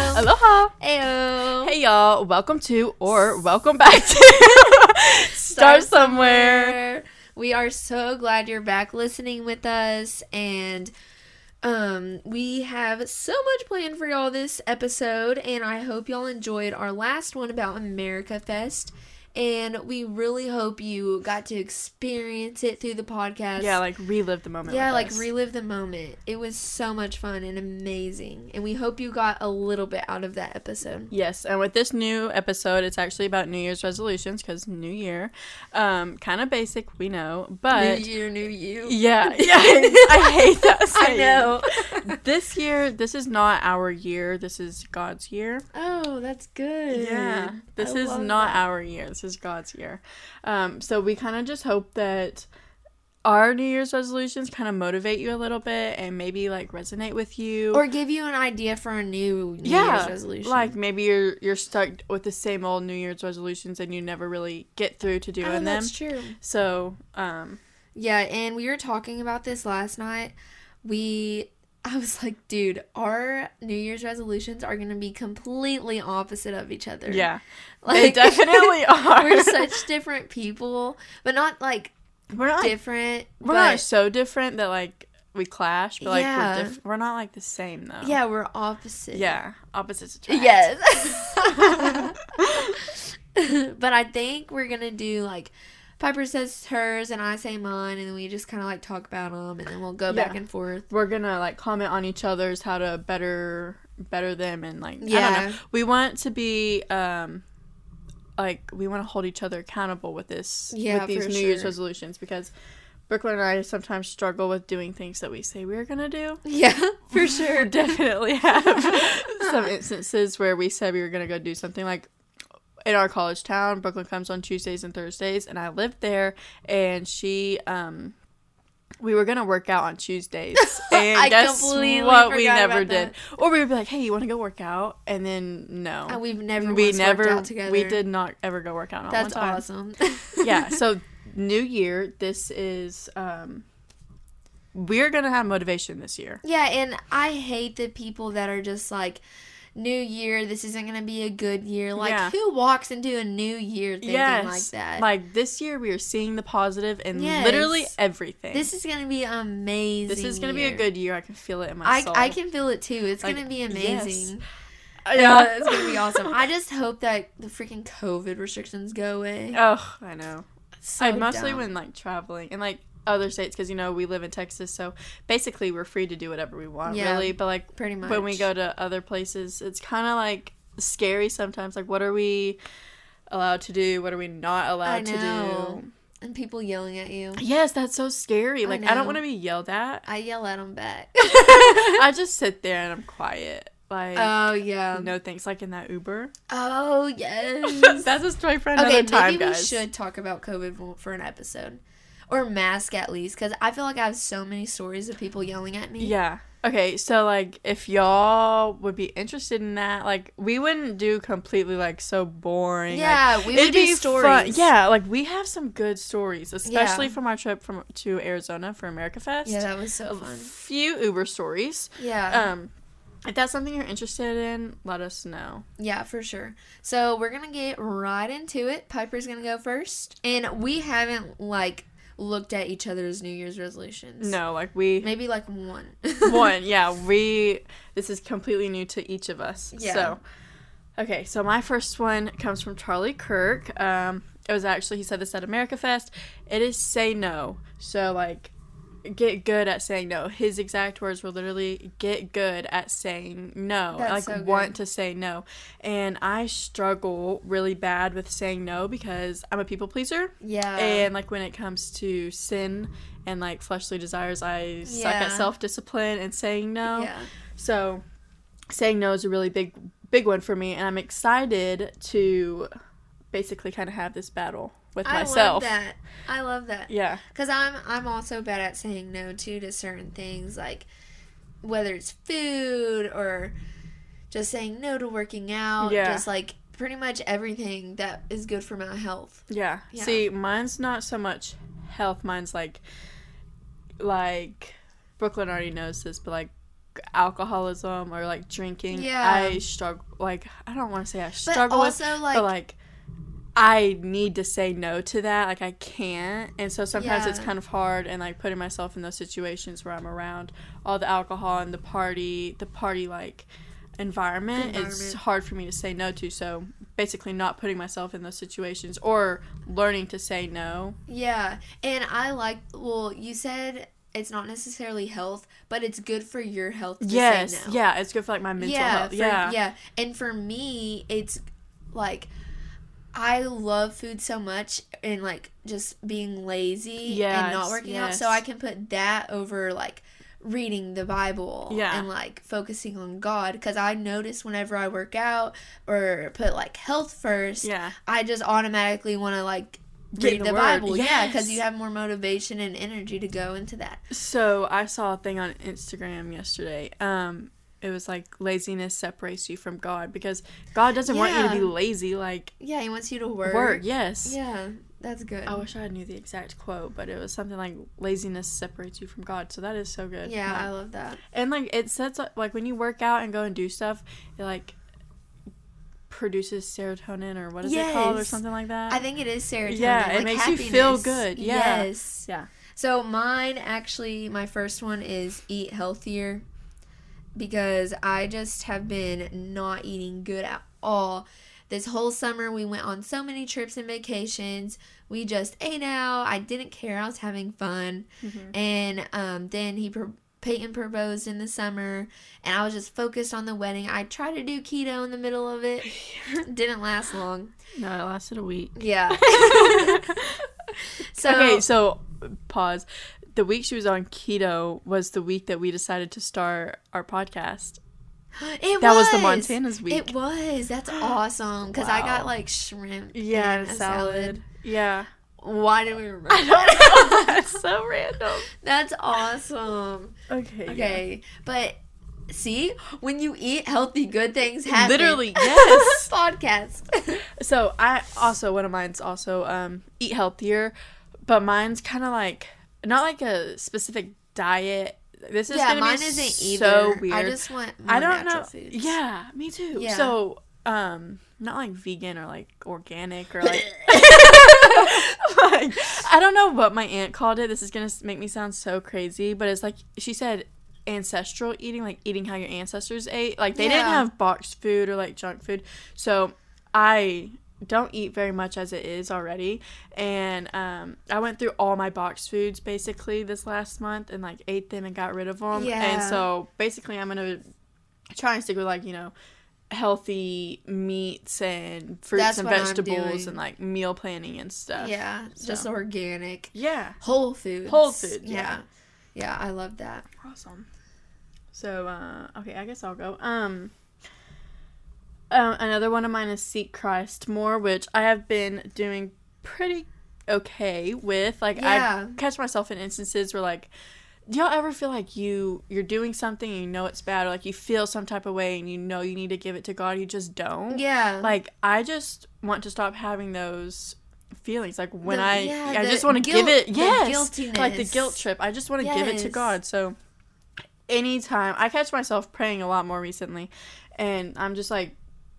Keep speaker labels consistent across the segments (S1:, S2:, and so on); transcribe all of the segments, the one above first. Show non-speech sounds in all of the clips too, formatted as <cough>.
S1: y'all.
S2: Ayo.
S1: Hey y'all, welcome to or welcome back
S2: <laughs>
S1: to Start Somewhere.
S2: We are so glad you're back listening with us and um we have so much planned for y'all this episode and I hope y'all enjoyed our last one about America Fest and we really hope you got to experience it through the podcast.
S1: Yeah, like relive the moment.
S2: yeah,
S1: with
S2: like
S1: us.
S2: relive the moment. It was so much fun and amazing. And we hope you got a little bit out of that episode.
S1: Yes, and with this new episode, it's actually about New Year's resolutions because New Year, um, kind of basic, we know, but
S2: new year, new you. <laughs>
S1: yeah, yeah, I hate that.
S2: I
S1: Saying.
S2: know.
S1: <laughs> This year, this is not our year. This is God's year.
S2: Oh, that's good. <laughs>
S1: This
S2: I
S1: is
S2: love
S1: not
S2: that.
S1: our year. This is God's year. Um, so we kind of just hope that our New Year's resolutions kind of motivate you a little bit and maybe like resonate with you.
S2: Or give you an idea for a new New Year's resolution.
S1: Like maybe you're you're stuck with the same old New Year's resolutions and you never really get through to doing
S2: oh,
S1: them.
S2: that's true.
S1: So, um,
S2: Yeah, and we were talking about this last night. We, I was like, dude, our New Year's resolutions are gonna be completely opposite of each other. <laughs>
S1: yeah,
S2: like,
S1: they definitely are.
S2: <laughs> we're such different people, but not like
S1: <laughs> we're not
S2: different.
S1: we're not
S2: but
S1: so different that like we clash, but like
S2: Yeah.
S1: we're diff- we're not like the same though.
S2: yeah, we're opposite.
S1: yeah, opposites attract. <laughs>
S2: Yes. <laughs> but I think we're gonna do like Piper says hers and I say mine, and then we just kind of like talk about them, and then we'll go back
S1: Yeah.
S2: and forth.
S1: we're gonna like comment on each other's how to better better them and like I
S2: Yeah.
S1: don't know. We want to be um like we want to hold each other accountable with this
S2: Yeah,
S1: with these
S2: for
S1: New Year's
S2: sure.
S1: resolutions because Brooklyn and I sometimes struggle with doing things that we say we're gonna do.
S2: <laughs> Yeah, <laughs> for
S1: We <laughs>
S2: sure.
S1: definitely have some instances where we said we were gonna go do something like in our college town. Brooklyn comes on Tuesdays and Thursdays, and I lived there, and she um. We were gonna work out on Tuesdays, and
S2: <laughs> I
S1: guess
S2: completely
S1: what we
S2: forgot
S1: never
S2: about
S1: did.
S2: that.
S1: Or we would be like, "Hey, you want to go work out?" And then no,
S2: And we've never
S1: we
S2: once
S1: never
S2: worked out together.
S1: we did not ever go work out on
S2: That's
S1: one time.
S2: awesome.
S1: <laughs> yeah. So New Year, this is um, we're gonna have motivation this year.
S2: <laughs> yeah, and I hate the people that are just like. New year, this isn't gonna be a good year. Like,
S1: Yeah.
S2: who walks into a new year thinking like that?
S1: Like this year, we are seeing the positive in
S2: Yes.
S1: literally everything.
S2: this is gonna be amazing.
S1: This is gonna be a
S2: year.
S1: good year. I can feel it in my
S2: I,
S1: soul.
S2: I can feel it too. It's
S1: Like,
S2: gonna be
S1: yes.
S2: amazing.
S1: <laughs> <laughs> Yeah,
S2: it's gonna be awesome. I just hope that the freaking COVID restrictions go away.
S1: oh, I know.
S2: So
S1: I mostly
S2: dumb.
S1: when like traveling and like other states because you know we live in Texas, so basically we're free to do whatever we want,
S2: Yeah,
S1: really. But like
S2: pretty much
S1: when we go to other places, it's kind of like scary sometimes. Like, what are we allowed to do? What are we not allowed to
S2: know.
S1: do?
S2: and people yelling at you,
S1: Yes, that's so scary. Like, I,
S2: know.
S1: don't want to be yelled at.
S2: I yell at them
S1: <laughs>
S2: back. <laughs>
S1: I just sit there and I'm quiet. Like,
S2: oh yeah.
S1: no thanks. Like in that Uber.
S2: Oh yes.
S1: That's a story for <laughs> another
S2: okay, maybe
S1: time,
S2: we
S1: guys.
S2: should talk about COVID for- for an episode, or mask at least, because I feel like I have so many stories of people yelling at me.
S1: Yeah. Okay, so like if y'all would be interested in that, like we wouldn't do completely like so boring. like,
S2: Yeah, we would
S1: it'd
S2: do
S1: be
S2: stories.
S1: fun- Yeah, like we have some good stories, especially
S2: Yeah.
S1: from our trip from to Arizona for America Fest.
S2: Yeah, that was so
S1: a
S2: fun.
S1: few Uber stories.
S2: Yeah.
S1: Um if that's something you're interested in, let us know.
S2: Yeah, for sure. So we're gonna get right into it. Piper's gonna go first, and we haven't like looked at each other's New Year's resolutions.
S1: No, like we
S2: maybe like one.
S1: one, yeah, we this is completely new to each of us.
S2: Yeah.
S1: So Okay, so my first one comes from Charlie Kirk. Um, it was actually he said this at America Fest. It is say no. So like, get good at saying no. His exact words were literally get good at saying no.
S2: That's
S1: like
S2: so good.
S1: want to say no. And I struggle really bad with saying no because I'm a people pleaser.
S2: <laughs> Yeah.
S1: And like when it comes to sin and like fleshly desires, I suck
S2: Yeah.
S1: at self discipline and saying no.
S2: yeah.
S1: So saying no is a really big big one for me and I'm excited to basically kind of have this battle with
S2: I love
S1: myself.
S2: that. I love that.
S1: Yeah.
S2: Cause I'm I'm also bad at saying no too to certain things like whether it's food or just saying no to working out.
S1: Yeah.
S2: Just like pretty much everything that is good for my health.
S1: yeah.
S2: Yeah.
S1: See, mine's not so much health, mine's like like Brooklyn already knows this, but like alcoholism or like drinking,
S2: Yeah.
S1: I struggle. Like I don't want to say I
S2: But
S1: struggle with,
S2: also like,
S1: but like I need to say no to that. Like I can't, and so sometimes it's
S2: Yeah.
S1: kind of hard. And like putting myself in those situations where I'm around all the alcohol and the party, the party like environment, it's
S2: Environment.
S1: hard for me to say no to. So basically, not putting myself in those situations or learning to say no.
S2: yeah. And I like well, you said it's not necessarily health, but it's good for your health to say
S1: Yes,
S2: no.
S1: yeah, it's good for like my mental health.
S2: for-
S1: yeah,
S2: yeah. And for me, it's like I love food so much and like just being lazy and
S1: Yes,
S2: not working out. So
S1: yes.
S2: I can put that over like reading the Bible
S1: Yeah.
S2: and like focusing on God because I notice whenever I work out or put like health first,
S1: yeah.
S2: I just automatically want to like
S1: Get
S2: read
S1: in
S2: the,
S1: the Word,
S2: Bible. Yeah, because
S1: yes.
S2: you have more motivation and energy to go into that.
S1: So I saw a thing on Instagram yesterday. Um, it was like laziness separates you from God because God doesn't want you to be
S2: Yeah.
S1: lazy. Like
S2: Yeah, He wants you to work.
S1: work, yes.
S2: Yeah, that's good.
S1: I wish I knew the exact quote, but it was something like laziness separates you from God. So that is so good.
S2: yeah,
S1: Like,
S2: I love that.
S1: and like it sets up like when you work out and go and do stuff, it like produces serotonin or what is it called or
S2: Yes.
S1: something like that.
S2: I think it is serotonin.
S1: Yeah, it
S2: like
S1: makes you feel
S2: happiness.
S1: good, yeah.
S2: Yes.
S1: Yeah.
S2: So mine actually, my first one is eat healthier because I just have been not eating good at all. This whole summer, we went on so many trips and vacations. We just ate out. I didn't care. I was having fun.
S1: Mhm.
S2: And um, then he pro- Peyton proposed in the summer, and I was just focused on the wedding. I tried to do keto in the middle of it. didn't last long.
S1: No, it lasted a
S2: <laughs>
S1: week. <laughs>
S2: Yeah. so
S1: okay, so pause. The week she was on keto was the week that we decided to start our podcast.
S2: it
S1: That was the Montana's week.
S2: It
S1: <gasps>
S2: was. That's awesome. Because I got
S1: Wow.
S2: like shrimp.
S1: yeah,
S2: and a
S1: salad.
S2: <laughs>
S1: Yeah. <laughs>
S2: Why do we remember?
S1: know.
S2: that?
S1: That's so random.
S2: <laughs> That's awesome.
S1: Okay.
S2: Okay, but see, when you eat healthy, good things happen.
S1: Literally,
S2: <laughs>
S1: yes. <laughs>
S2: Podcast.
S1: So I also one of mine's also um eat healthier, but mine's kind of like not like a specific diet. This is
S2: yeah,
S1: gonna
S2: mine
S1: be
S2: isn't
S1: so
S2: either.
S1: weird.
S2: I just want more
S1: I don't
S2: natural
S1: know.
S2: foods.
S1: Yeah, me too.
S2: Yeah.
S1: So, um, not like vegan or like organic or
S2: <laughs>
S1: like. <laughs> like I don't know what my aunt called it. This is gonna s- make me sound so crazy, but it's like she said ancestral eating, like eating how your ancestors ate. Like they didn't
S2: Yeah.
S1: have boxed food or like junk food. So I don't eat very much as it is already and um, i went through all my boxed foods basically this last month and like ate them and got rid of them and
S2: Yeah.
S1: so basically i'm gonna try and stick with like you know healthy meats and fruits
S2: That's
S1: and
S2: what I'm
S1: vegetables
S2: doing.
S1: and like meal planning and stuff.
S2: Yeah, just
S1: So.
S2: organic.
S1: Yeah.
S2: Whole foods.
S1: Whole food, yeah.
S2: Yeah, I love that.
S1: Awesome. So uh okay, I guess I'll go. Um um, another one of mine is seek Christ more, which I have been doing pretty okay with. Like
S2: Yeah.
S1: I catch myself in instances where like do y'all ever feel like you you're doing something and you know it's bad or like you feel some type of way and you know you need to give it to God, you just don't?
S2: Yeah.
S1: like i just want to stop having those feelings like when
S2: The-
S1: i
S2: yeah,
S1: i
S2: the
S1: just want to
S2: guilt-
S1: give it
S2: the
S1: yes like the
S2: guiltiness.
S1: guilt trip i just want to give it to
S2: Yes.
S1: god so anytime i catch myself praying a lot more recently and i'm just like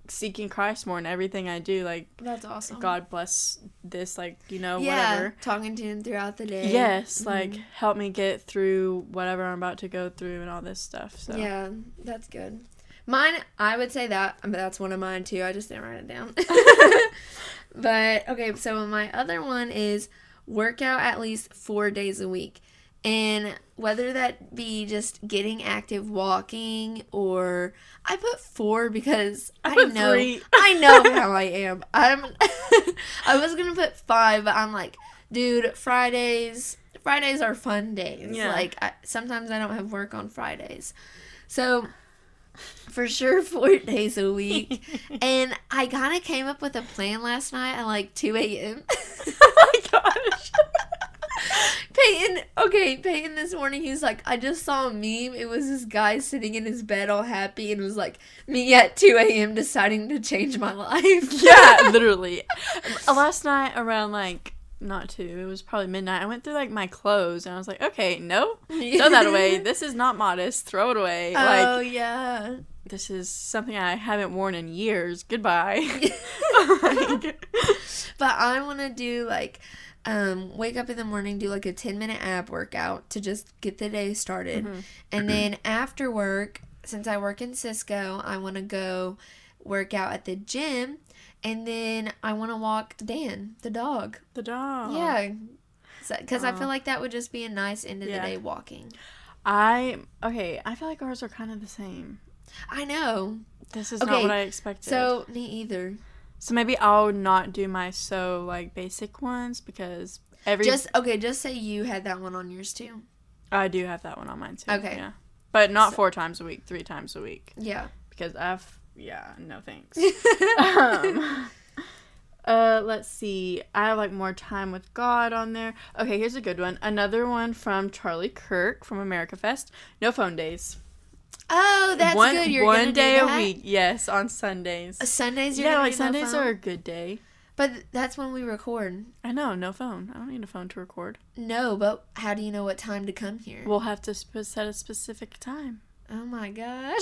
S1: seeking christ more in everything i do like
S2: That's awesome.
S1: god bless this like you know
S2: yeah,
S1: whatever
S2: talking to him throughout the day.
S1: yes
S2: Mhm.
S1: like help me get through whatever i'm about to go through and all this stuff so
S2: Yeah, that's good. Mine, I would say that, but that's one of mine too. I just didn't write
S1: <laughs>
S2: it down. but okay, so my other one is work out at least four days a week. And whether that be just getting active walking or I put four because I,
S1: I put
S2: know
S1: three.
S2: I know how I am. I'm <laughs> I was gonna put five, but I'm like, dude, Fridays Fridays are fun days.
S1: Yeah.
S2: Like I, sometimes I don't have work on Fridays. So for sure <laughs> four days a week. and I kinda came up with a plan last night at like two AM.
S1: <laughs> oh my gosh
S2: <laughs> Peyton, okay, Peyton this morning, he was like, I just saw a meme. It was this guy sitting in his bed all happy and was like, me at 2 a.m. deciding to change my <laughs> life. <laughs>
S1: yeah, literally. Last night Uh, around like not two. It was probably midnight. I went through like my clothes and I was like, okay, no, throw that
S2: <laughs>
S1: away. This is not modest. Throw it away. <laughs>
S2: oh
S1: Like
S2: yeah.
S1: this is something I haven't worn in years.
S2: <laughs>
S1: Goodbye. Like,
S2: But I want to do like, um, wake up in the morning, do like a 10 minute ab workout to just get the day started.
S1: Mm-hmm.
S2: And then after work, since I work in Cisco, I want to go work out at the gym. And then I want to walk Dan, the dog.
S1: the dog.
S2: Yeah. Because I
S1: Oh.
S2: feel like that would just be a nice end of
S1: Yeah.
S2: the day walking.
S1: I okay. I feel like ours are kind of the same.
S2: I know.
S1: This is
S2: Okay,
S1: not what I expected.
S2: So, me either.
S1: so maybe I'll not do my so like basic ones because every
S2: Just, okay, just say you had that one on yours too.
S1: I do have that one on mine too.
S2: Okay.
S1: Yeah. But not
S2: So-
S1: four times a week, three times a week. <laughs>
S2: Yeah. <laughs>
S1: Because I've yeah, no thanks. um, <laughs> uh, let's see. I have like more time with God on there. Okay, here's a good one. Another one from Charlie Kirk from America Fest. No phone days.
S2: oh, that's
S1: one,
S2: good. You're
S1: one
S2: gonna
S1: day
S2: do
S1: a
S2: that?
S1: week. Yes, on Sundays.
S2: Sundays, you're
S1: yeah,
S2: gonna
S1: like
S2: do no
S1: Sundays
S2: phone?
S1: are a good day.
S2: But th- that's when we record.
S1: I know, no phone. I don't need a phone to record.
S2: No, but how do you know what time to come here?
S1: We'll have to sp- set a specific
S2: <laughs>
S1: time. <laughs>
S2: oh my gosh!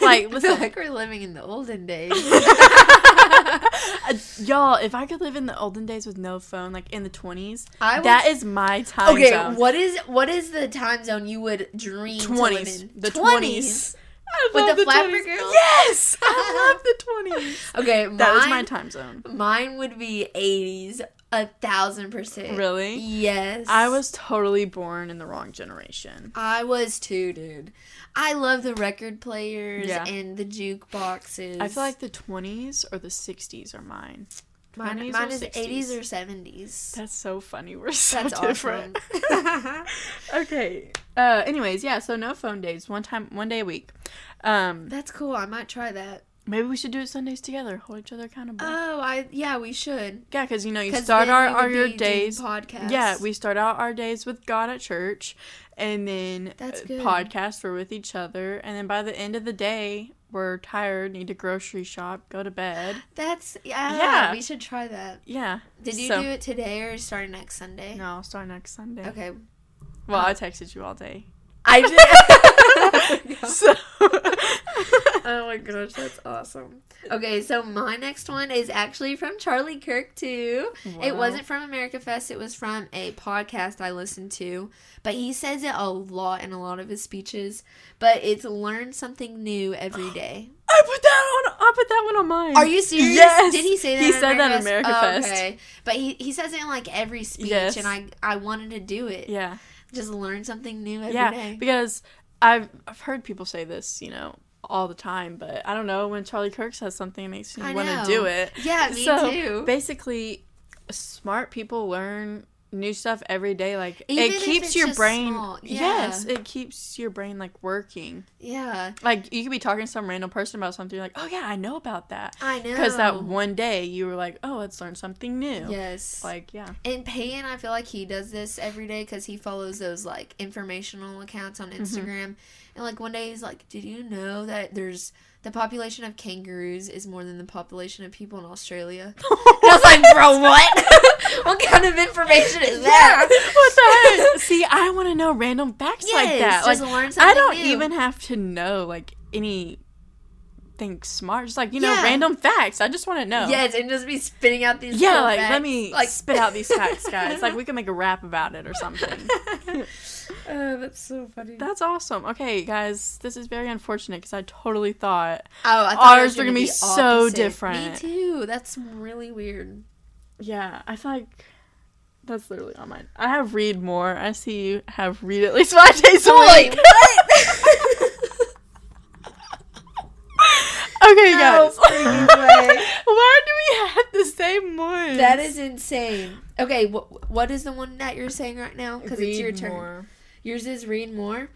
S1: Like,
S2: <laughs> I feel
S1: listen.
S2: like we're living in the olden days.
S1: <laughs> Uh, y'all, if I could live in the olden days with no phone, like in the 20s,
S2: I would-
S1: that is my time
S2: okay,
S1: zone.
S2: what is what is the time zone you would dream to live
S1: twenties.
S2: in?
S1: The twenties. I
S2: With
S1: love
S2: the Flapper
S1: 20s.
S2: Girl? <laughs>
S1: Yes, I love the twenties.
S2: Okay,
S1: <laughs>
S2: mine,
S1: That was my time zone.
S2: Mine would be eighties, a thousand percent.
S1: Really?
S2: Yes.
S1: I was totally born in the wrong generation.
S2: I was too, dude. I love the record players
S1: Yeah.
S2: and the jukeboxes.
S1: I feel like the twenties or the sixties are mine.
S2: mine,
S1: 20s or
S2: mine is
S1: 60s.
S2: eighties or seventies.
S1: That's so funny. We're so
S2: That's <laughs>
S1: different. <laughs>
S2: awesome.
S1: okay. Uh. Anyways, yeah. So no phone days. One time. One day a week. Um.
S2: That's cool. I might try that.
S1: Maybe we should do it Sundays together. Hold each other accountable.
S2: Oh, I yeah, we should.
S1: yeah, because you know you
S2: 'Cause
S1: start
S2: then
S1: our,
S2: we would
S1: our your
S2: be doing
S1: days
S2: podcasts.
S1: Yeah, we start out our days with God at church, and then
S2: That's
S1: uh,
S2: good.
S1: podcast we're with each other, and then by the end of the day we're tired, need to grocery shop, go to bed.
S2: That's yeah,
S1: Yeah.
S2: We should try that.
S1: Yeah.
S2: Did you
S1: So-
S2: do it today or starting next Sunday?
S1: No, I'll start next Sunday.
S2: Eh. Okay.
S1: Well, I texted you all
S2: <laughs>
S1: day. <laughs>
S2: I did.
S1: So
S2: oh my gosh, that's awesome. Okay, so my next one is actually from Charlie Kirk too. <laughs> It
S1: Wow.
S2: wasn't from America Fest, it was from a podcast I listened to. But he says it a lot in a lot of his speeches. But it's learn something
S1: <gasps>
S2: new every day.
S1: I put that on. I put that one on mine.
S2: Are you serious?
S1: Yes.
S2: Did he say that?
S1: He
S2: in Oh,
S1: said that in America Fest.
S2: Okay. But he, he says it in like every speech
S1: Yes.
S2: and I I wanted to do it.
S1: Yeah.
S2: Just learn something new every day.
S1: yeah. Because I've I've heard people say this, you know, all the time, but I don't know when Charlie Kirk says something, it makes
S2: I
S1: me want to
S2: know.
S1: do it.
S2: Yeah,
S1: <laughs>
S2: me
S1: so
S2: too.
S1: basically, smart people learn new stuff every day. Like
S2: Even
S1: it
S2: if
S1: keeps
S2: it's
S1: your
S2: just
S1: brain.
S2: small,
S1: Yes,
S2: yeah.
S1: it keeps your brain like working.
S2: yeah.
S1: Like you could be talking to some random person about something. You're like, oh yeah, I know about that.
S2: I know.
S1: Because that one day you were like, oh, let's learn something new.
S2: Yes.
S1: Like
S2: <laughs>
S1: yeah,
S2: And Peyton, I feel like he does this every day because he follows those like informational accounts
S1: Mm-hmm.
S2: on Instagram. And like one day he's like, "Did you know that there's the population of kangaroos is more than the population of people
S1: <laughs>
S2: in Australia?" And I was like, "Bro, <laughs> what? what kind of information is
S1: yeah.
S2: <laughs> that?"
S1: what
S2: <laughs>
S1: the heck? See, I want to know random facts like
S2: Yes,
S1: that.
S2: just
S1: like
S2: learn
S1: I
S2: something
S1: don't
S2: new.
S1: even have to know like any. Think smart, just like you know,
S2: Yeah.
S1: random facts. I just want to know.
S2: Yes, and just be spitting out these.
S1: Yeah,
S2: cool
S1: like
S2: facts.
S1: let me like spit out these
S2: <laughs>
S1: facts, guys. like we can make a rap about it or something.
S2: oh, that's so funny.
S1: That's awesome. Okay, guys, this is very unfortunate because I totally thought.
S2: Oh, I thought
S1: Ours
S2: it was
S1: are gonna
S2: gonna
S1: be so different.
S2: Me too. That's really weird.
S1: Yeah, I feel like that's literally on mine. I have read more. I see you have read at least five days a
S2: Wait,
S1: week. <laughs> okay,
S2: No
S1: guys.
S2: freaking way.
S1: <laughs> Why do we have the same one?
S2: That is insane. Okay, wh- what is the one that you're saying right now? Because it's your turn. Yours is read more.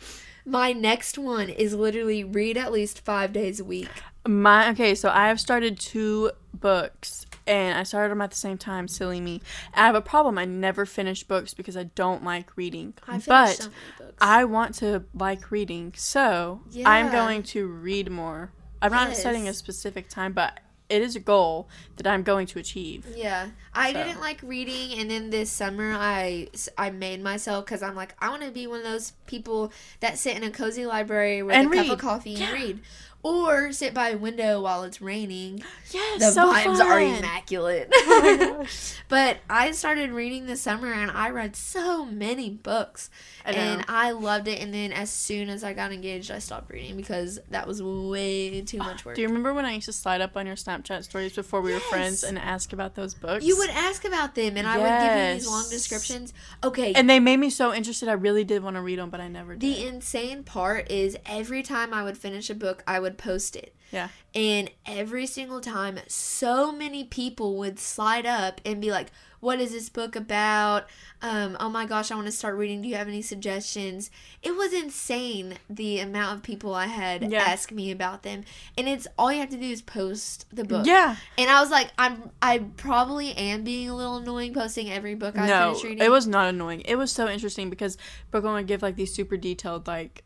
S2: My next one is literally read at least five days a week.
S1: My okay, so I have started two books and I started them at the same time, silly me. I have a problem. I never finish books because I don't like reading.
S2: I
S1: but
S2: finished so many books.
S1: I want to like reading. So I'm
S2: Yeah.
S1: going to read more. I'm not setting a
S2: Yes.
S1: specific time, but it is a goal that I'm going to achieve.
S2: Yeah, I
S1: So.
S2: didn't like reading, and then this summer I I made myself because I'm like I want to be one of those people that sit in a cozy library with
S1: And
S2: a cup
S1: read.
S2: of coffee
S1: Yeah.
S2: and read, or sit by a window while it's raining.
S1: Yes,
S2: The
S1: so
S2: vibes
S1: fun.
S2: are immaculate.
S1: <laughs> Oh
S2: <laughs>
S1: my gosh.
S2: but I started reading this summer, and I read so many books,
S1: I know.
S2: and I loved it. And then as soon as I got engaged, I stopped reading because that was way too much work.
S1: Do you remember when I used to slide up on your Snapchat stories before we were friends
S2: Yes.
S1: and ask about those books?
S2: You would ask about them, and I would give you these long
S1: Yes.
S2: descriptions. Okay,
S1: And they made me so interested. I really did want to read them, but I never did.
S2: The insane part is every time I would finish a book, I would post it.
S1: Yeah.
S2: And every single time, so many people would slide up and be like, What is this book about? Um, oh my gosh, I want to start reading. Do you have any suggestions? It was insane the amount of people I had
S1: Yeah.
S2: ask me about them. And it's all you have to do is post the book.
S1: yeah.
S2: And I was like, I'm I probably am being a little annoying posting every book I
S1: No,
S2: finish reading.
S1: it was not annoying. It was so interesting because Brooklyn would give like these super detailed like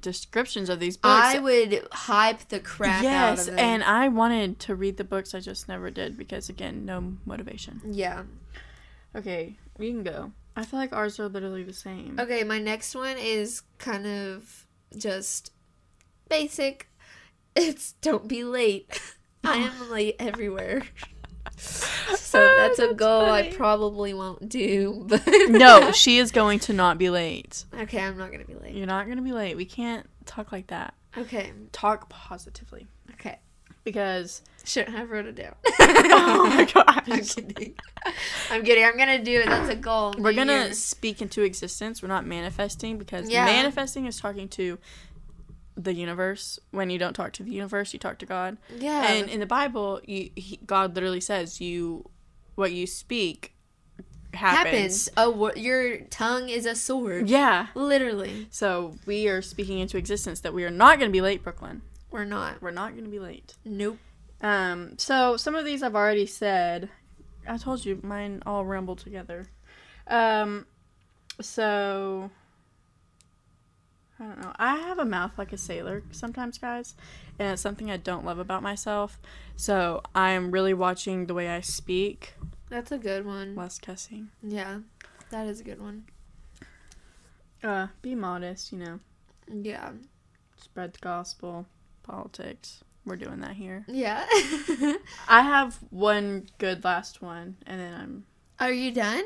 S1: descriptions of these books.
S2: I would hype the crap out of
S1: yes,
S2: them.
S1: and I wanted to read the books. I just never did because again, no motivation.
S2: Yeah.
S1: Mm-hmm. Okay, you can go. I feel like ours are literally the same.
S2: Okay, my next one is kind of just basic. <laughs> It's don't be late. <laughs> I am late
S1: <laughs>
S2: everywhere. So
S1: Oh,
S2: that's a goal I
S1: funny.
S2: probably won't do, <laughs> but
S1: <laughs> no, she is going to not be late.
S2: Okay, I'm not gonna be late.
S1: You're not gonna be late. We can't talk like that.
S2: Okay,
S1: Talk positively
S2: okay.
S1: because
S2: Shouldn't have wrote it down.
S1: <laughs>
S2: <laughs>
S1: oh my <laughs>
S2: I'm
S1: gosh,
S2: kidding. I'm kidding. I'm gonna do it. That's a goal.
S1: we're
S2: New
S1: gonna
S2: Year's.
S1: speak into existence. We're not manifesting because
S2: Yeah.
S1: manifesting is talking to the universe. When you don't talk to the universe, you talk to God.
S2: Yeah.
S1: And in the Bible, you, he, God literally says, "You, what you speak, happens."
S2: happens. A wo- your tongue is a sword.
S1: Yeah.
S2: Literally,
S1: So we are speaking into existence that we are not going to be late, Brooklyn.
S2: we're not.
S1: We're not going to be late.
S2: Nope.
S1: Um. So some of these I've already said. I told you mine all ramble together. Um. So. I don't know. I have a mouth like a sailor sometimes, guys, and it's something I don't love about myself. So I am really watching the way I speak.
S2: That's a good one.
S1: Less cussing.
S2: Yeah, that is a good one.
S1: Uh, be modest, you know.
S2: Yeah.
S1: Spread the gospel, politics. We're doing that here.
S2: Yeah. <laughs>
S1: I have one good last one, and then I'm
S2: Are you done?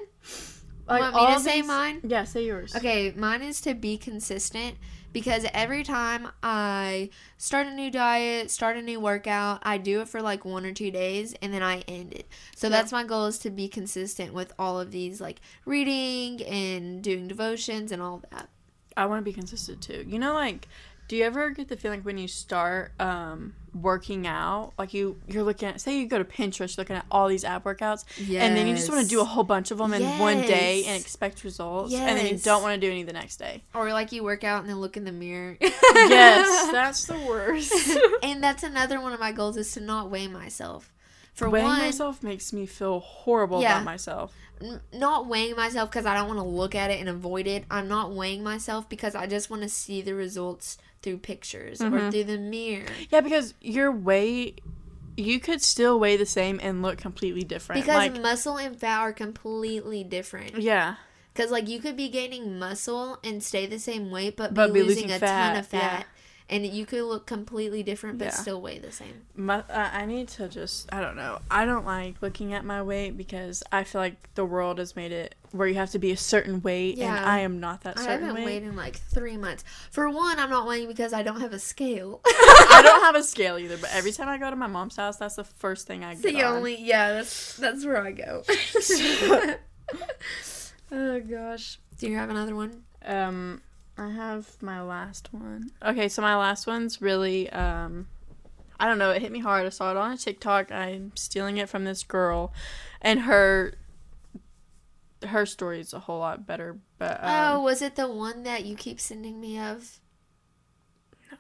S1: like
S2: Want me to
S1: all
S2: say
S1: these-
S2: mine?
S1: Yeah, say yours.
S2: Okay, mine is to be consistent because every time I start a new diet, start a new workout, I do it for like one or two days and then I end it. So
S1: Yeah.
S2: that's my goal is to be consistent with all of these like reading and doing devotions and all that.
S1: I want to be consistent too. You know, like, do you ever get the feeling when you start um, working out, like you you're looking at, say you go to Pinterest, you're looking at all these ab workouts,
S2: Yeah.
S1: and then you just want to do a whole bunch of them in one day
S2: Yes.
S1: and expect results, and then you
S2: Yes.
S1: don't want to do any the next day.
S2: or like you work out and then look in the mirror.
S1: <laughs> yes, that's the worst.
S2: <laughs> and that's another one of my goals is to not weigh myself. For
S1: Weighing
S2: one,
S1: myself makes me feel horrible
S2: Yeah.
S1: about myself.
S2: n- not weighing myself because I don't want to look at it and avoid it. I'm not weighing myself because I just want to see the results through pictures
S1: Mm-hmm.
S2: or through the mirror.
S1: Yeah, because your weight, you could still weigh the same and look completely different.
S2: Because
S1: like, Mm.
S2: muscle and fat are completely different.
S1: yeah,
S2: Because like you could be gaining muscle and stay the same weight, but,
S1: But
S2: be,
S1: be
S2: losing,
S1: losing
S2: a
S1: fat,
S2: ton of
S1: yeah.
S2: fat, and you could look completely different but
S1: Yeah.
S2: still weigh the same.
S1: my, uh, I need to just, I don't know. I don't like looking at my weight because I feel like the world has made it where you have to be a certain weight,
S2: Yeah.
S1: and I am not that
S2: I
S1: certain
S2: haven't
S1: weight.
S2: weighed in like three months. For one, I'm not weighing because I don't have a scale. <laughs>
S1: I don't have a scale either, but every time I go to my mom's house, that's the first thing I get.
S2: the
S1: on.
S2: only yeah that's that's where
S1: <laughs>
S2: i go oh gosh do you have another one
S1: Um, I have my last one. Okay, so my last one's really um, I don't know. It hit me hard. I saw it on a TikTok. I'm stealing it from this girl, and her her story is a whole lot better. But
S2: oh
S1: um,
S2: was it the one that you keep sending me of
S1: because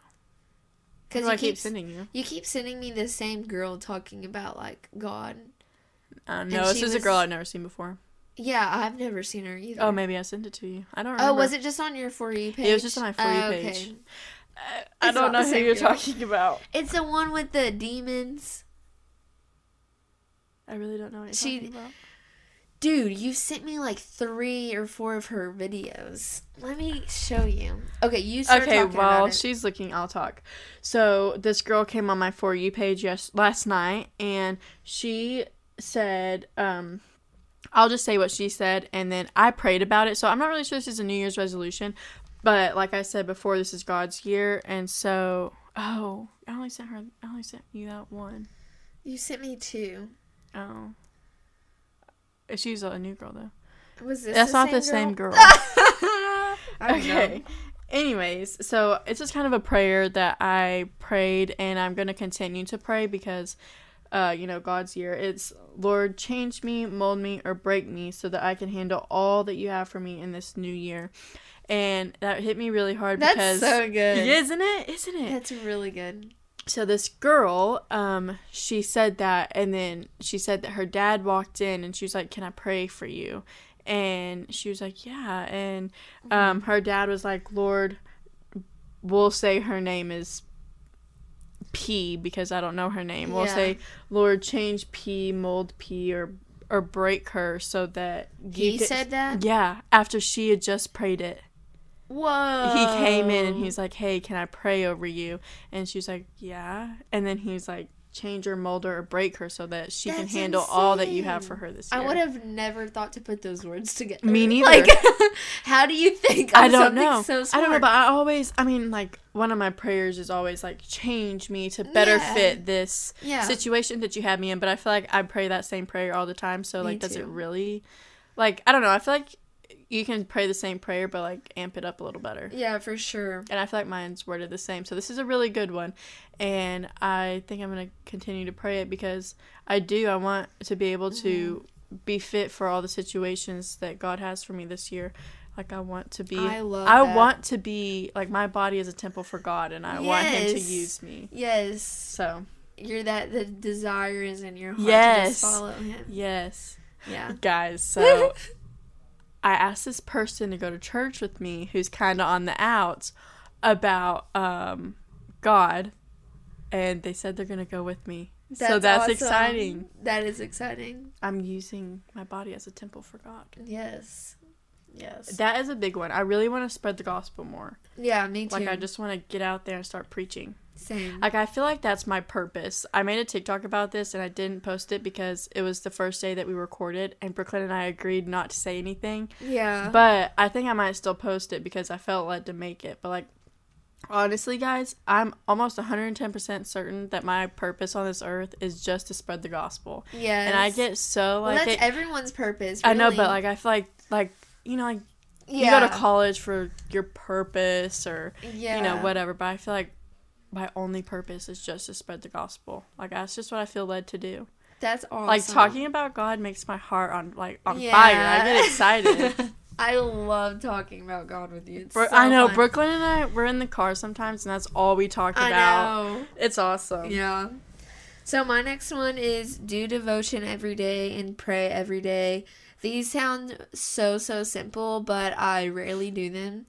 S2: because
S1: I
S2: you
S1: keep
S2: keep
S1: sending you.
S2: you keep sending me the same girl talking about like god
S1: Uh, no, this
S2: she
S1: is a
S2: was-
S1: girl I've never seen before.
S2: yeah i've never seen her either
S1: Oh, maybe I sent it to you. I don't remember.
S2: oh was it just on your for you page
S1: Yeah, it was just on my For You
S2: Oh,
S1: page.
S2: okay.
S1: I
S2: It's
S1: don't
S2: not
S1: know
S2: the
S1: who
S2: same
S1: you're
S2: girl.
S1: talking about.
S2: it's the one with the demons
S1: I really don't know what you're
S2: She-
S1: talking about.
S2: Dude, you sent me like three or four of her videos. Let me show you. Okay, you start
S1: okay,
S2: talking
S1: while
S2: about it.
S1: she's looking, I'll talk. So this girl came on my for you page yes last night, and she said, um, "I'll just say what she said," and then I prayed about it. So I'm not really sure this is a New Year's resolution, but like I said before, this is God's year, and so oh, I only sent her, I only sent you that one.
S2: You sent me two.
S1: Oh, she's a new girl though.
S2: Was this
S1: That's
S2: the
S1: not
S2: same
S1: the same girl.
S2: <laughs> I don't know.
S1: Okay. Anyways, so it's just kind of a prayer that I prayed and I'm going to continue to pray because, uh, you know, God's year. It's Lord, change me, mold me, or break me so that I can handle all that you have for me in this new year. And that hit me really hard
S2: That's
S1: because.
S2: so good.
S1: Isn't it? Isn't it?
S2: That's really good.
S1: so this girl um she said that and then she said that her dad walked in and she was like can i pray for you and she was like yeah and um her dad was like lord we'll say her name is p because i don't know her name we'll
S2: Yeah.
S1: say lord change p mold p or or break her so that you
S2: He
S1: could-"
S2: said that?
S1: yeah after she had just prayed it
S2: Whoa.
S1: he came in
S2: Oh.
S1: and he's like, "Hey, can I pray over you?" And she's like, "Yeah." And then he's like, "Change her, mold her, or break her so that she can
S2: That's
S1: handle all that you
S2: insane.
S1: have for her this year."
S2: I would have never thought to put those words together. <laughs>
S1: Me neither.
S2: Like, how do you think?
S1: I
S2: of
S1: don't
S2: something
S1: know.
S2: So
S1: I don't know,
S2: smart?
S1: but I always, I mean, like one of my prayers is always like, "Change me to better
S2: Yeah.
S1: fit this
S2: Yeah.
S1: situation that you have me in." But I feel like I pray that same prayer all the time. So
S2: Me
S1: like, does it
S2: too.
S1: really? Like, I don't know. I feel like you can pray the same prayer, but like amp it up a little better.
S2: yeah, for sure.
S1: and I feel like mine's worded the same. So this is a really good one, and I think I'm gonna continue to pray it because I do. I want to be able to
S2: Mm-hmm.
S1: be fit for all the situations that God has for me this year. Like I want to be.
S2: I love
S1: I
S2: that.
S1: want to be like my body is a temple for God, and I want Him to
S2: Yes.
S1: use me.
S2: Yes,
S1: So
S2: you're that. The desire is in your heart to
S1: Yes.
S2: just follow him.
S1: yes,
S2: Yeah.
S1: guys.
S2: <laughs>
S1: So. <laughs> I asked this person to go to church with me who's kind of on the outs about um, God, and they said they're going to go with me. so that's
S2: awesome.
S1: exciting.
S2: That is exciting.
S1: I'm using my body as a temple for God.
S2: Yes. Yes.
S1: That is a big one. I really want to spread the gospel more.
S2: yeah, me too.
S1: Like, I just want to get out there and start preaching.
S2: same.
S1: Like, I feel like that's my purpose. I made a TikTok about this and I didn't post it because it was the first day that we recorded, and Brooklyn and I agreed not to say anything.
S2: yeah.
S1: But I think I might still post it because I felt led to make it. But like honestly guys, I'm almost 110% certain that my purpose on this earth is just to spread the gospel.
S2: yes.
S1: And I get so
S2: Well,
S1: like
S2: that's
S1: it-
S2: everyone's purpose.
S1: I know
S2: really.
S1: but like I feel like like you know like
S2: yeah.
S1: you go to college for your purpose or
S2: Yeah.
S1: you know whatever, but I feel like my only purpose is just to spread the gospel. Like that's just what I feel led to do.
S2: That's awesome.
S1: Like talking about God makes my heart on like on
S2: Yeah.
S1: fire. I get excited.
S2: <laughs> I love talking about God with you. It's
S1: Bro-
S2: so
S1: I know
S2: fun.
S1: Brooklyn and I we're in the car sometimes, and that's all we talk
S2: I
S1: about.
S2: know.
S1: It's awesome.
S2: Yeah. So my next one is do devotion every day and pray every day. These sound so so simple, but I rarely do them.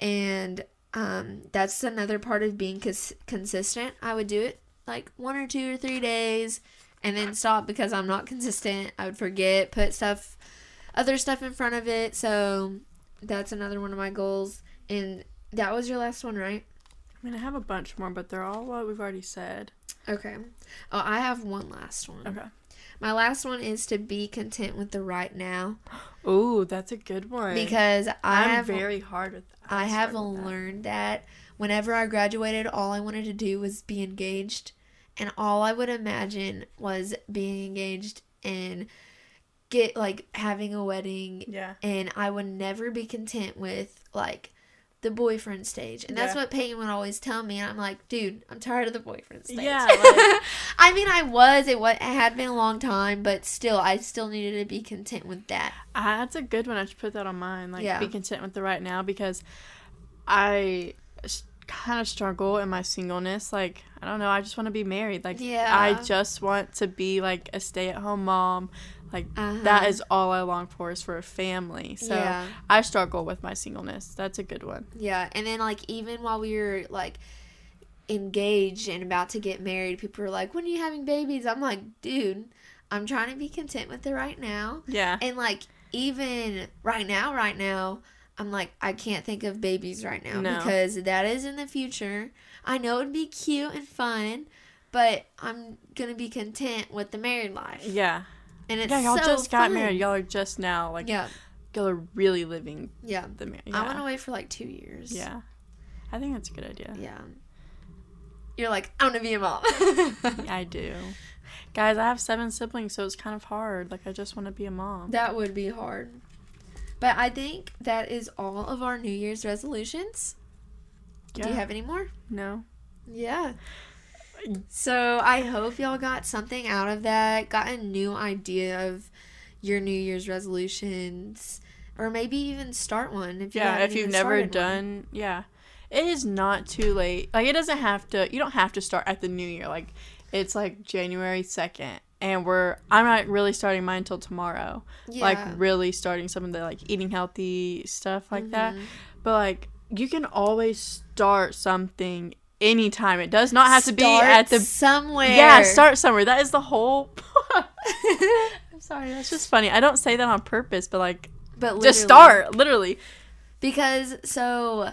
S2: And um that's another part of being cons- consistent. I would do it like one or two or three days and then stop because I'm not consistent. I would forget, put stuff other stuff in front of it. So that's another one of my goals and that was your last one, right?
S1: I mean, I have a bunch more, but they're all what we've already said.
S2: Okay. Oh, I have one last one.
S1: Okay.
S2: My last one is to be content with the right now
S1: Ooh, that's a good one.
S2: because I
S1: I'm
S2: have
S1: very hard with.
S2: I have
S1: struggle with that.
S2: learned that whenever I graduated, all I wanted to do was be engaged, and all I would imagine was being engaged and get like having a wedding
S1: Yeah.
S2: and I would never be content with like the boyfriend stage. And that's
S1: Yeah.
S2: what Peyton would always tell me. And I'm like, dude, I'm tired of the boyfriend stage. <laughs>
S1: Yeah, like-
S2: I mean, I was. It, was, it had been a long time, but still, I still needed to be content with that.
S1: Ah, that's a good one. I should put that on mine. Like,
S2: Yeah.
S1: be content with the right now because I kind of struggle in my singleness. Like, I don't know. I just want to be married. Like,
S2: Yeah.
S1: I just want to be like a stay at home mom. Like,
S2: Uh-huh.
S1: that is all I long for is for a family. So
S2: Yeah.
S1: I struggle with my singleness. That's a good one.
S2: Yeah. And then, like, even while we were like engaged and about to get married, people were like, when are you having babies? I'm like, dude. I'm trying to be content with it right now.
S1: Yeah.
S2: And like even right now, right now, I'm like I can't think of babies right now
S1: No.
S2: because that is in the future. I know it'd be cute and fun, but I'm gonna be content with the married life.
S1: Yeah.
S2: And it's
S1: yeah, y'all
S2: so
S1: just got
S2: fun.
S1: married. Y'all are just now like
S2: yeah,
S1: y'all are really living
S2: yeah.
S1: the marriage.
S2: I want to wait for like two years.
S1: Yeah. I think that's a good idea.
S2: yeah. You're like I'm gonna be
S1: <laughs>
S2: a mom.
S1: I do. Guys, I have seven siblings, so it's kind of hard. Like I just want to be a mom.
S2: <laughs> That would be hard. But I think that is all of our New Year's resolutions. Do you
S1: Yeah.
S2: have any more?
S1: No.
S2: Yeah. So I hope y'all got something out of that, got a new idea of your New Year's resolutions, or maybe even start one if you
S1: Yeah,
S2: haven't
S1: if you've
S2: even
S1: never
S2: started one.
S1: done, yeah. It is not too late. Like it doesn't have to you don't have to start at the new year. Like it's like January 2nd and we're I'm not really starting mine until tomorrow. Like
S2: Yeah.
S1: really starting some of the like eating healthy stuff like that.
S2: Mm-hmm.
S1: But like you can always start something anytime. It does not have to be
S2: Start
S1: at the
S2: somewhere.
S1: Yeah,
S2: <laughs>
S1: start somewhere. That is the whole <laughs> I'm sorry, that's just funny. I don't say that on purpose, but like
S2: but
S1: just
S2: literally.
S1: start, literally.
S2: because so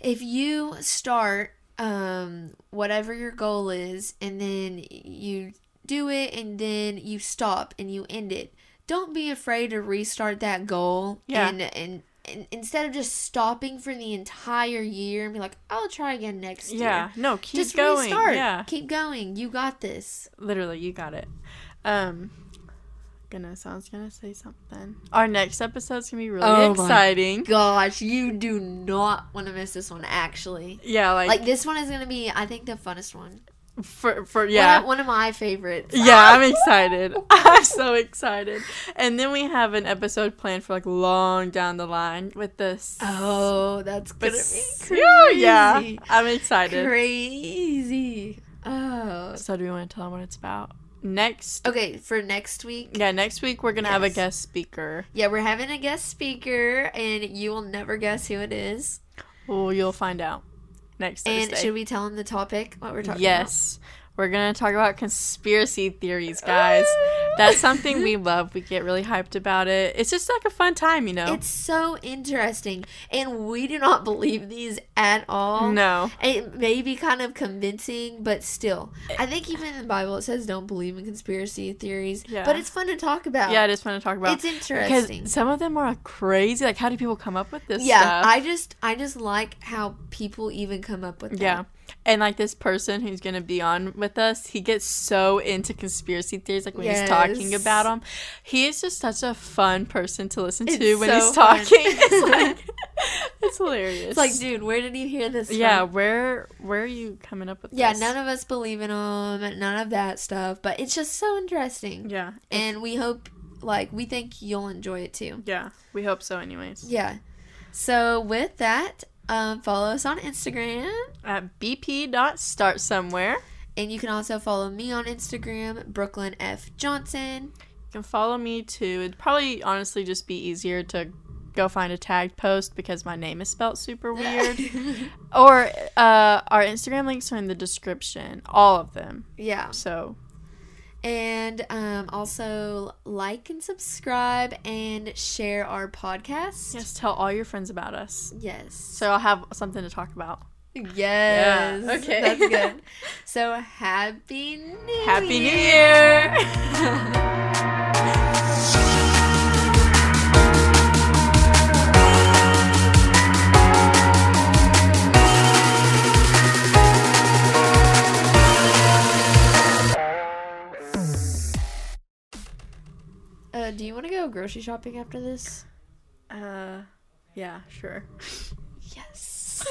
S2: if you start um whatever your goal is and then you do it and then you stop and you end it don't be afraid to restart that goal
S1: Yeah.
S2: and, and and instead of just stopping for the entire year and be like i'll try again next
S1: Yeah,
S2: year
S1: no, keep
S2: just
S1: going.
S2: restart
S1: Yeah,
S2: keep going you got this
S1: literally, you got it. Um, goodness, I was gonna say something. Our next episode's gonna be really
S2: Oh my
S1: exciting.
S2: gosh you do not want to miss this one actually
S1: Yeah, like,
S2: like this one is gonna be i think the funnest one
S1: for for
S2: yeah
S1: yeah.
S2: one of my favorites
S1: <laughs> yeah,
S2: <laughs>
S1: I'm excited. <laughs> I'm so excited. And then we have an episode planned for like long down the line with this.
S2: <gasps> Oh, that's gonna be crazy.
S1: yeah, I'm excited.
S2: crazy. Oh,
S1: So, do we want to tell them what it's about next?
S2: okay. For next week,
S1: Yeah, next week we're gonna have a
S2: Yes.
S1: guest speaker.
S2: yeah, we're having a guest speaker, and you will never guess who it is.
S1: Well, you'll find out next Thursday.
S2: And should we tell him the topic? What we're talking
S1: Yes. We're going to talk about conspiracy
S2: <laughs>
S1: theories,
S2: about?
S1: guys. That's something
S2: <laughs>
S1: we love. We get really hyped about it. It's just like a fun time, you know?
S2: It's so interesting, and we do not believe these at all.
S1: no.
S2: It may be kind of convincing, but still, I think even in the Bible it says don't believe in conspiracy theories.
S1: Yeah.
S2: But it's fun to talk about.
S1: Yeah, I just want to talk about
S2: it's interesting.
S1: Because some of them are crazy. Like, how do people come up with this
S2: yeah
S1: stuff?
S2: i just i just like how people even come up with that
S1: yeah. And like this person who's gonna be on with us, he gets so into conspiracy theories. Like when he's talking
S2: Yes.
S1: about them, he is just such a fun person to listen
S2: It's
S1: to when he's
S2: so fun.
S1: talking. <laughs> it's like
S2: <laughs>
S1: it's hilarious.
S2: it's like dude where did you hear this
S1: yeah,
S2: from?
S1: where where are you coming up with?
S2: yeah
S1: this?
S2: none of us believe in them none of that stuff but it's just so interesting
S1: Yeah.
S2: and we hope like we think you'll enjoy it too
S1: Yeah. We hope so, anyways.
S2: yeah so with that um, follow us on instagram
S1: At bp.startsomewhere. You
S2: and you can also follow me on instagram brooklyn f johnson
S1: can follow me too. It'd probably honestly just be easier to go find a tagged post because my name is spelt super weird. <laughs> or uh, our Instagram links are in the description, all of them.
S2: yeah
S1: So,
S2: And um, also like and subscribe and share our podcast.
S1: yes, tell all your friends about us.
S2: Yes.
S1: So I'll have something to talk about.
S2: Yes.
S1: Yeah, okay.
S2: That's
S1: <laughs>
S2: good. so happy new
S1: Happy
S2: Year.
S1: New Year! <laughs>
S2: Uh, do you want to go grocery shopping after this?
S1: Uh, yeah, sure.
S2: Yes.